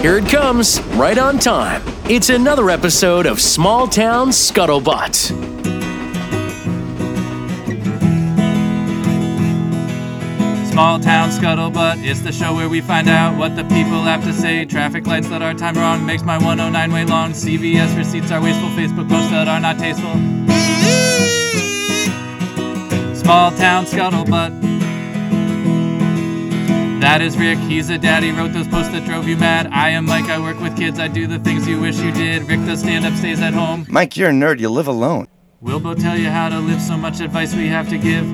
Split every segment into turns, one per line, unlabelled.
Here it comes, right on time. It's another episode of Small Town Scuttlebutt.
Small Town Scuttlebutt is the show where we find out what the people have to say. Traffic lights that are time wrong makes my 109 way long. CVS receipts are wasteful. Facebook posts that are not tasteful. Small Town Scuttlebutt. That is Rick. He's a daddy. Wrote those posts that drove you mad. I am Mike. I work with kids. I do the things you wish you did. Rick does stand up, stays at home.
Mike, you're a nerd. You live alone.
Wilbo tell you how to live. So much advice we have to give.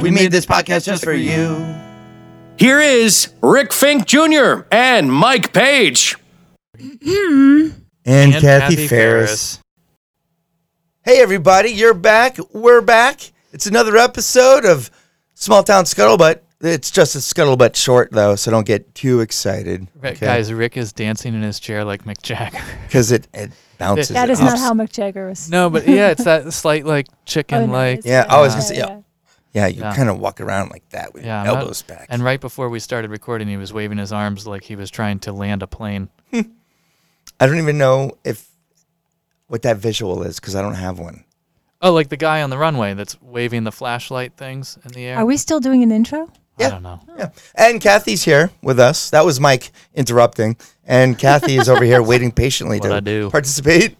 We made this podcast just for you.
Here is Rick Fink Jr. and Mike Page.
and,
And
Kathy,
Kathy
Ferris.
Hey, everybody, you're back. We're back. It's another episode of Small Town Scuttlebutt. It's just a scuttlebutt short, though, so don't get too excited.
Right, Guys, Rick is dancing in his chair like Mick Jagger.
Because it, it bounces.
That
it
is not
ups.
how Mick Jagger was.
No, but yeah, it's that slight like
Oh,
chicken
no,
like.
it's-
Yeah, I was gonna say, yeah.
yeah.
Yeah, you
Yeah.
kind of walk around like that with
Yeah, I'm
your
not-
elbows back.
And right before we started recording, he was waving his arms like he was trying to land a plane.
I don't even know if what that visual is because I don't have one.
Oh, like the guy on the runway that's waving the flashlight things in the air.
Are we still doing an intro?
I
Yeah.
don't know.
Yeah. And Kathy's here with us. That was Mike interrupting. And Kathy is over here waiting patiently
What
to
I do.
participate.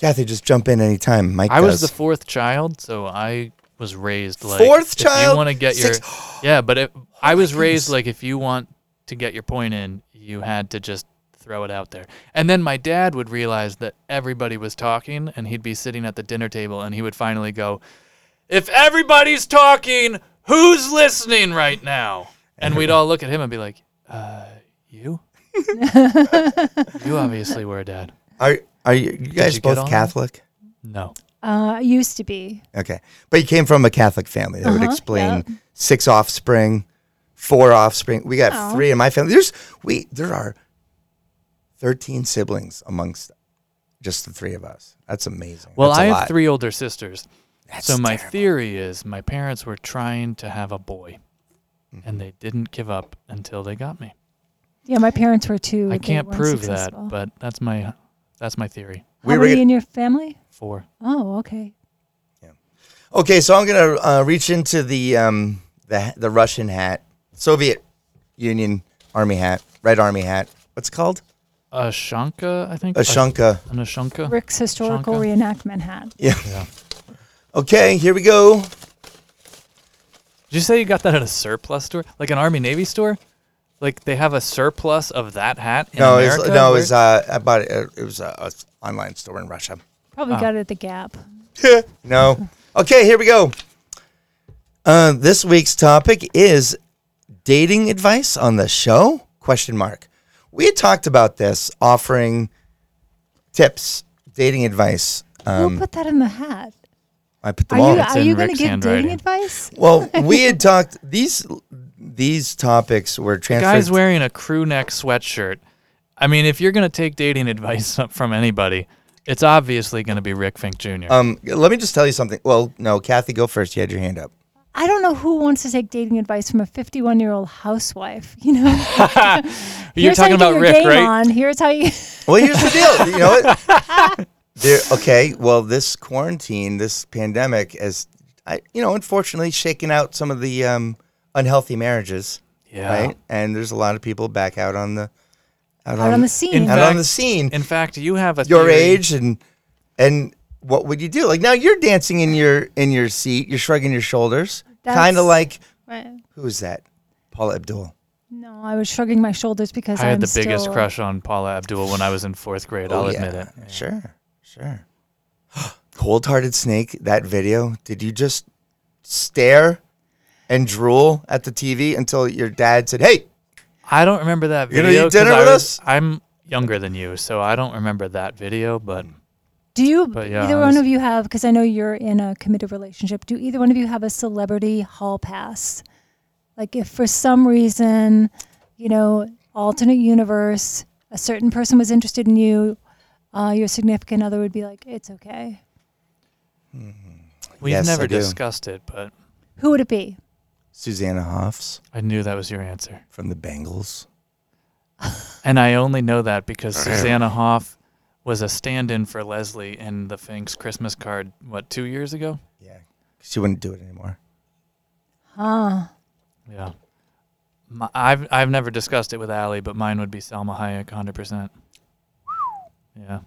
Kathy, just jump in anytime. Mike
I was the
does.
fourth child, so I was raised like
Fourth
if
child? Oh
You want to get your yeah, but if, I was raised like if you want to get your point in, you had to just throw it out there. And then my dad would realize that everybody was talking, and he'd be sitting at the dinner table, and he would finally go, "If everybody's talking, who's listening right now?" And we'd all look at him and be like, "Uh, you." you obviously were dad.
Are, are you, you guys
you get
both
on?
Catholic?
No.
Uh, it used to be.
Okay. But you came from a Catholic family. That would
Uh-huh,
explain six offspring, four offspring. We got
Oh.
three in my family. There's we there are 13 siblings amongst just the three of us. That's amazing.
Well,
That's a
I have
lot.
three older sisters.
That's
so my
terrible.
theory is my parents were trying to have a boy,
Mm-hmm.
and they didn't give up until they got me.
Yeah, my parents were too.
I
but they
can't
weren't
prove
successful.
that, but that's my that's my theory.
We
How
were
many
gonna-
in your family?
Four.
Oh, okay.
Okay, so I'm gonna uh, reach into the um, the the Russian hat, Soviet Union Army hat, Red Army hat. What's it called?
Ashanka, I think.
A shunka.
An Ashanka.
Rick's historical
Shonka.
reenactment hat.
Yeah.
Yeah.
Okay, here we go.
Did you say you got that at a surplus store, like an Army Navy store? Like they have a surplus of that hat in
no,
America?
it's, no,
Where-
it's uh, I bought it. uh, It was uh, an online store in Russia.
Ah.
Probably got it at the Gap.
No. Okay, here we go. Uh, this week's topic is dating advice on the show? Question mark. We had talked about this, offering tips, dating advice.
Who put that in the hat?
I put
Are
them all.
you uh,
it's
are
in
you going
Rick's
to give
handwriting.
dating advice?
Well, we had talked these these topics were transferred.
guy's wearing a crew neck sweatshirt. I mean, if you're going to take dating advice from anybody, it's obviously going to be Rick Fink Jr.
um, let me just tell you something. Well, no, Kathy, go first. You had your hand up.
I don't know who wants to take dating advice from a 51 year old housewife. You know,
you're
Here's how
talking
you get
about
your
Rick,
game
right?
On. Here's how you.
Well, here's the deal. You know what? There, okay. Well, this quarantine, this pandemic, has, I, you know, unfortunately, shaken out some of the um, unhealthy marriages.
Yeah.
Right. And there's a lot of people back out on the out,
Out on the scene.
In
out
fact-
on the scene.
In fact, you have a
your
theory.
age and and what would you do? Like now, you're dancing in your in your seat. You're shrugging your shoulders,
That's-
kind of like
Right.
Who is that? Paula Abdul.
No, I was shrugging my shoulders because
I had
am
the biggest
still-
crush on Paula Abdul when I was in fourth
Oh,
grade. I'll admit it.
Sure, sure. Cold Hearted Snake, that video. Did you just stare and drool at the TV until your dad said, Hey,
I don't remember that
You
video.
gonna eat
'cause
dinner
I
with
was-
us?
I'm younger than you, so I don't remember that video. But
Do you,
But yeah,
either
I
one
was-
of you have, because I know you're in a committed relationship, do either one of you have a celebrity hall pass? Like, if for some reason, you know, alternate universe, a certain person was interested in you, uh, your significant other would be like, it's okay.
we've
Yes, I
never
do.
discussed it. But
Who would it be?
Susanna Hoffs
I knew that was your answer.
from the Bengals.
And I only know that because Susanna Hoff was a stand in for Leslie in the Finks Christmas card, what, two years ago?
Yeah. She wouldn't do it anymore.
Huh.
Yeah. My, I've I've never discussed it with Allie, but mine would be Selma Hayek, hundred percent. Yeah,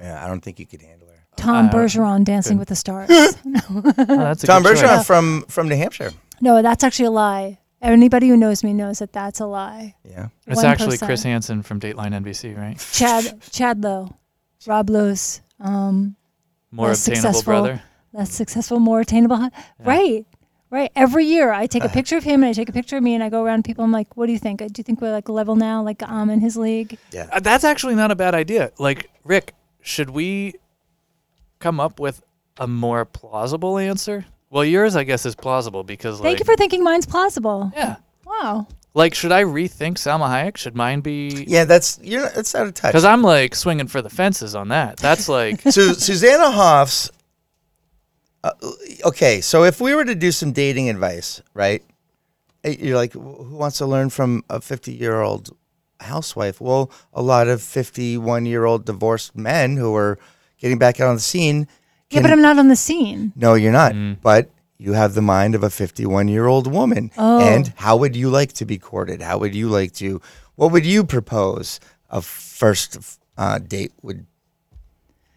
Yeah, I don't think you could handle her.
Tom
Uh,
Bergeron dancing
good.
with the stars.
Oh, that's a
Tom
good choice.
Bergeron from from New Hampshire.
no, that's actually a lie. Anybody who knows me knows that that's a lie.
Yeah.
It's
One
actually
person.
Chris Hansen from Dateline NBC, right?
Chad Chad Lowe, Rob Lowe's um,
More
Well,
obtainable
successful.
brother.
less successful, more attainable. hu- Right, right. Every year, I take a picture of him and I take a picture of me, and I go around. to People, I'm like, "What do you think? Do you think we're like level now? Like I'm in his league."
Yeah.
Uh, that's actually not a bad idea. Like Rick, should we come up with a more plausible answer? Well, yours, I guess, is plausible because like
Thank you for thinking mine's plausible.
yeah,
Wow.
like should I rethink Salma Hayek? Should mine be?
Yeah, that's you're that's out of touch.
Because I'm like swinging for the fences on that. That's like
so Susanna Hoffs. Uh, okay, so if we were to do some dating advice, right? Eh, You're like, "Wh- who wants to learn from a 50 year old housewife? Well, a lot of 51 year old divorced men who are getting back out on the scene.
yeah, but I'm not on the scene.
No, you're not.
Mm.
But you have the mind of a 51 year old woman.
Oh.
And how would you like to be courted? How would you like to? What would you propose a first uh, date would?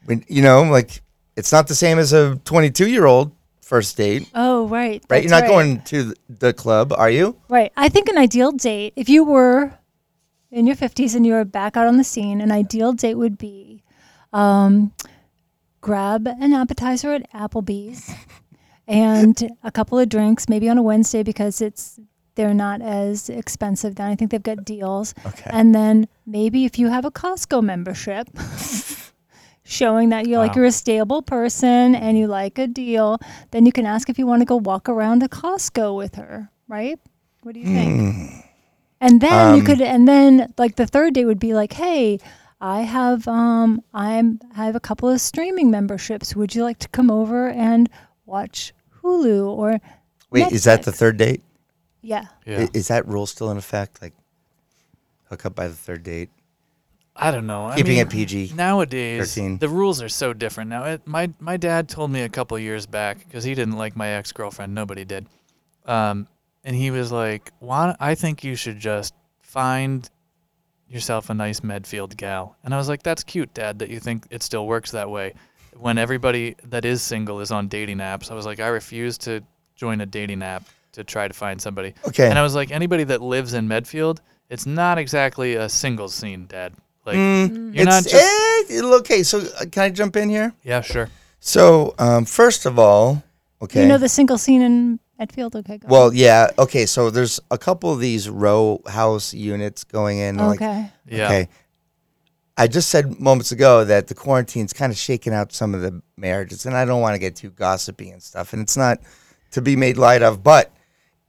When you know, like it's not the same as a 22 year old first date,
Oh, right.
right?
that's
you're not going to the club, are you?
Right. I think an ideal date, if you were in your 50s and you were back out on the scene, an ideal date would be um, grab an appetizer at Applebee's and a couple of drinks, maybe on a Wednesday because it's they're not as expensive then. I think they've got deals.
Okay.
And then maybe if you have a Costco membership, showing that you're like
Wow.
you're a stable person and you like a deal, then you can ask if you want to go walk around a Costco with her, right? What do you think?
Hmm.
And then
Um,
you could, and then like the third day would be like, hey, I have um I'm I have a couple of streaming memberships. Would you like to come over and watch Hulu or
Wait, is that the
Netflix?"
third date?
yeah?
I-
yeah.
Is that rule still in effect? Like hook up by the third date,
I don't know. I
keeping
mean,
it PG.
Nowadays,
13.
the rules are so different. Now, it, my my dad told me a couple years back because he didn't like my ex girlfriend. Nobody did, um, and he was like, "Why? I think you should just find yourself a nice Medfield gal." And I was like, "That's cute, Dad, that you think it still works that way." When everybody that is single is on dating apps, I was like, "I refuse to join a dating app to try to find somebody."
Okay.
And I was like, "Anybody that lives in Medfield, it's not exactly a single scene, Dad." Like, you're not
Hmm. It's
just
eh, okay. So uh, can I jump in here?
yeah, sure.
So, um, first of all, okay.
You know the single scene in Medfield? Okay, go.
well, yeah, okay. So there's a couple of these row house units going in. like-
okay.
Yeah.
Okay. I just said moments ago that the quarantine's kind of shaking out some of the marriages, and I don't want to get too gossipy and stuff, and it's not to be made light of. But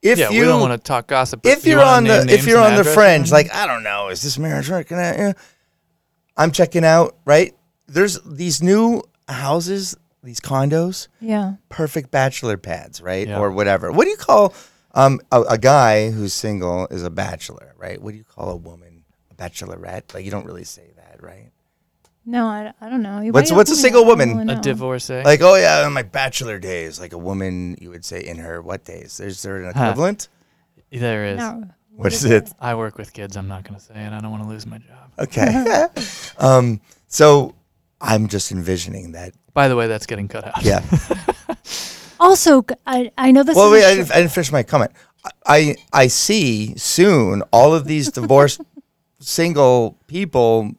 if
yeah,
you
we don't want to talk gossip. but
if
you
you're
wanna
on the
name
if
names
you're
and
on the
addresses?
fringe, like I don't know, is this marriage working out? Yeah. I'm checking out. Right? There's these new houses, these condos.
Yeah.
perfect bachelor pads, right?
Yeah.
Or whatever. What do you call um, a, a guy who's single is a bachelor, right? What do you call a woman? A bachelorette? Like you don't really say that, right?
No, I, I don't know. Why
What's-
you
what's a
asking me
single
that? I don't
woman?
really
a
know.
divorcee.
Like, oh yeah, in my bachelor days, like a woman, you would say in her what days? Is there an equivalent?
there is.
No.
What is it?
I work with kids. I'm not going to say it. I don't want to lose my job.
Okay. um, so I'm just envisioning that.
By the way, that's getting cut out.
Yeah.
Also, I, I know this
Well,
is
wait,
a
I
sh-
didn't, I didn't finish my comment. I I see soon all of these divorced single people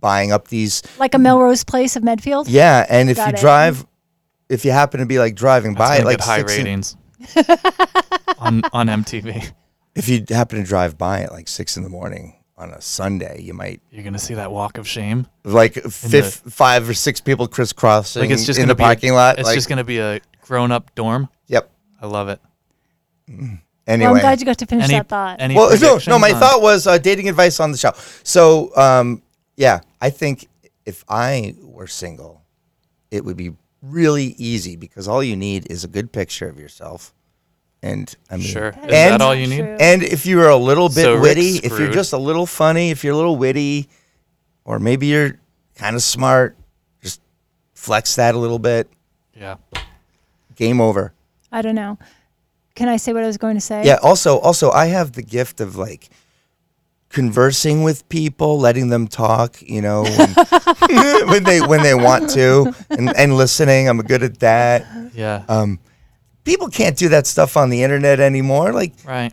buying up these
like a Melrose Place of Medfield.
Yeah, and if you
Got it.
drive, if you happen to be like driving
It's
by,
gonna
at, like
get high
16
ratings on on MTV.
if you happen to drive by at like six in the morning on a Sunday, you might
You're going to see that walk of shame.
like fifth, five or six people crisscrossing
Like it's just
in
gonna
the
be a-
parking lot.
It's
like,
just going to be a grown up dorm.
yep.
I love it.
Anyway,
Well, I'm glad you got to finish
Any
that thought.
any
well, no, no.
predictions
My
on-
thought was uh, dating advice on the show. So, um, yeah, I think if I were single, it would be really easy because all you need is a good picture of yourself, And I mean,
Sure. Is
That
And-
that all you need?
True.
And if you're a little bit
So Rick's
witty, if you're
screwed.
just a little funny, if you're a little witty, or maybe you're kind of smart, just flex that a little bit.
Yeah.
Game over.
I don't know. Can I say what I was going to say?
Yeah. Also, also, I have the gift of like conversing with people, letting them talk. You know, when, when they when they want to, and, and listening. I'm good at that.
Yeah.
Uh, People can't do that stuff on the internet anymore. Like
right.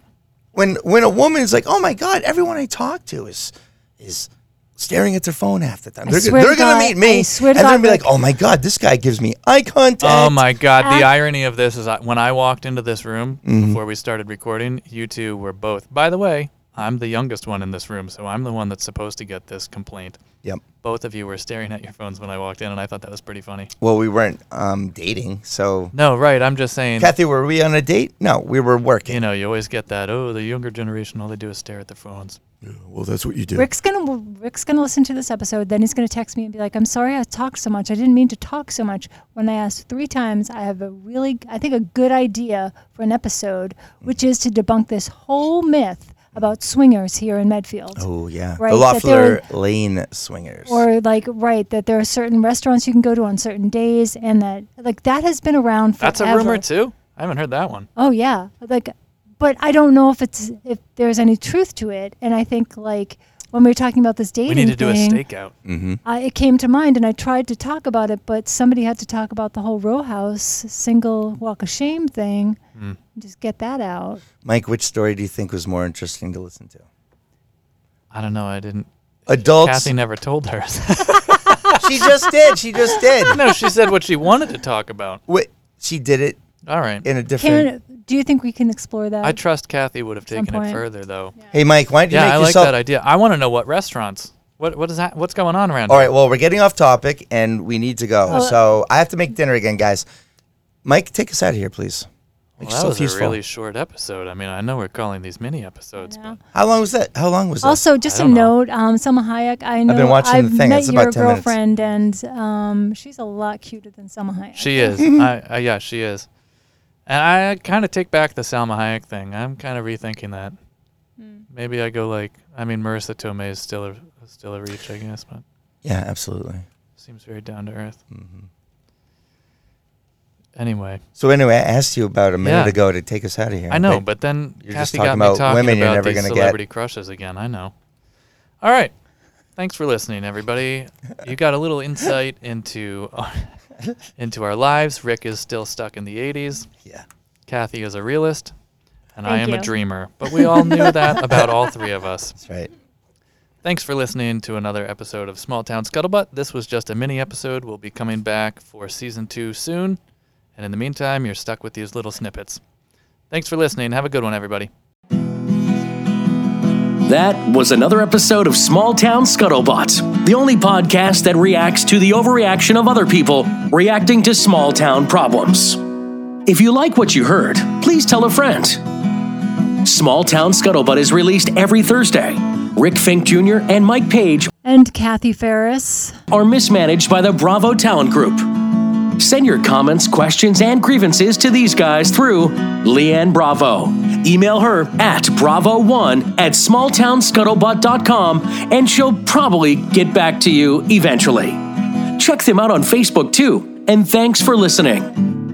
when when a woman is like, "Oh my God, everyone I talk to is is staring at their phone half the time." They're,
swear to
they're gonna
God-
meet me,
I swear to
and they're
God,
gonna be like,
Rick.
"Oh my God, this guy gives me eye contact."
Oh my God!
Act-
The irony of this is, I, when I walked into this room before we started recording, you two were both. By the way, I'm the youngest one in this room, so I'm the one that's supposed to get this complaint.
Yep.
Both of you were staring at your phones when I walked in, and I thought that was pretty funny.
Well, we weren't um, dating, so
No, right? I'm just saying.
Kathy, were we on a date? No, we were
you
working.
know, you always get that. Oh, the younger generation, all they do is stare at their phones.
Well, that's what you do.
Rick's gonna Rick's gonna listen to this episode. Then he's gonna text me and be like, "I'm sorry I talked so much. I didn't mean to talk so much." When I asked three times, I have a really, I think, a good idea for an episode, which is to debunk this whole myth about swingers here in Medfield.
Oh yeah,
Right,
the
that they're-
Loeffler Lane swingers.
Or like, right, that there are certain restaurants you can go to on certain days, and that like that has been around forever.
That's a rumor too. I haven't heard that one.
Oh yeah, like, but I don't know if it's if there's any truth to it. And I think like when we were talking about this dating
We need to do a
thing,
stakeout.
I, Uh, it came to mind, and I tried to talk about it, but somebody had to talk about the whole row house single walk of shame thing. Just get that out.
Mike, which story do you think was more interesting to listen to?
I don't know. I didn't.
Adults.
Kathy never told her.
she just did. She just did.
no, she said what she wanted to talk about.
Wait, she did it
All right.
in a different.
Karen, do you think we can explore that?
I trust Kathy would have taken it
point.
further though.
Hey, Mike, why don't you
Yeah,
make
I like
yourself
that idea. I want to know what restaurants. What what is that? What's going on around?
All
here?
right, well, we're getting off topic and we need to go.
Oh.
So I have to make dinner again, guys. Mike, take us out of here, please. Make
Well, that was a really short episode. I mean, I know we're calling these mini episodes, but
How long was that? How long was that?
also, just
I
a
don't know.
note, um, Selma Hayek. I know
been watching the
I've
thing.
met
It's about
your
10 minutes.
girlfriend, and um, she's a lot cuter than Selma Hayek.
she is. I, I yeah, she is. And I kind of take back the Salma Hayek thing. I'm kind of rethinking that.
Hmm.
Maybe I go like I mean Marissa Tomei is still a still a reach, I guess, but
yeah, absolutely.
seems very down to earth. Anyway,
So anyway, I asked you about a minute
Yeah.
ago to take us out of here.
I know,
Mike,
but then
you're just
Kathy got
talking
me
about
talking
women you're
about
never
these
gonna get.
celebrity crushes again. I know. All right, thanks for listening, everybody. You got a little insight into our, into our lives. Rick is still stuck in the '80s.
yeah.
Kathy is a realist, and I
Thank
am a
you.
dreamer. But we all knew that about all three of us.
That's right.
Thanks for listening to another episode of Small Town Scuttlebutt. This was just a mini episode. We'll be coming back for season two soon. And in the meantime, you're stuck with these little snippets. Thanks for listening. Have a good one, everybody.
That was another episode of Small Town Scuttlebutt, the only podcast that reacts to the overreaction of other people reacting to small town problems. If you like what you heard, please tell a friend. Small Town Scuttlebutt is released every Thursday. Rick Fink Jr. and Mike Page
And Kathy Ferris.
are mismanaged by the Bravo Talent Group. Send your comments, questions, and grievances to these guys through Leanne Bravo. Email her at bravo1 at smalltownscuttlebutt.com and she'll probably get back to you eventually. Check them out on Facebook too, and thanks for listening.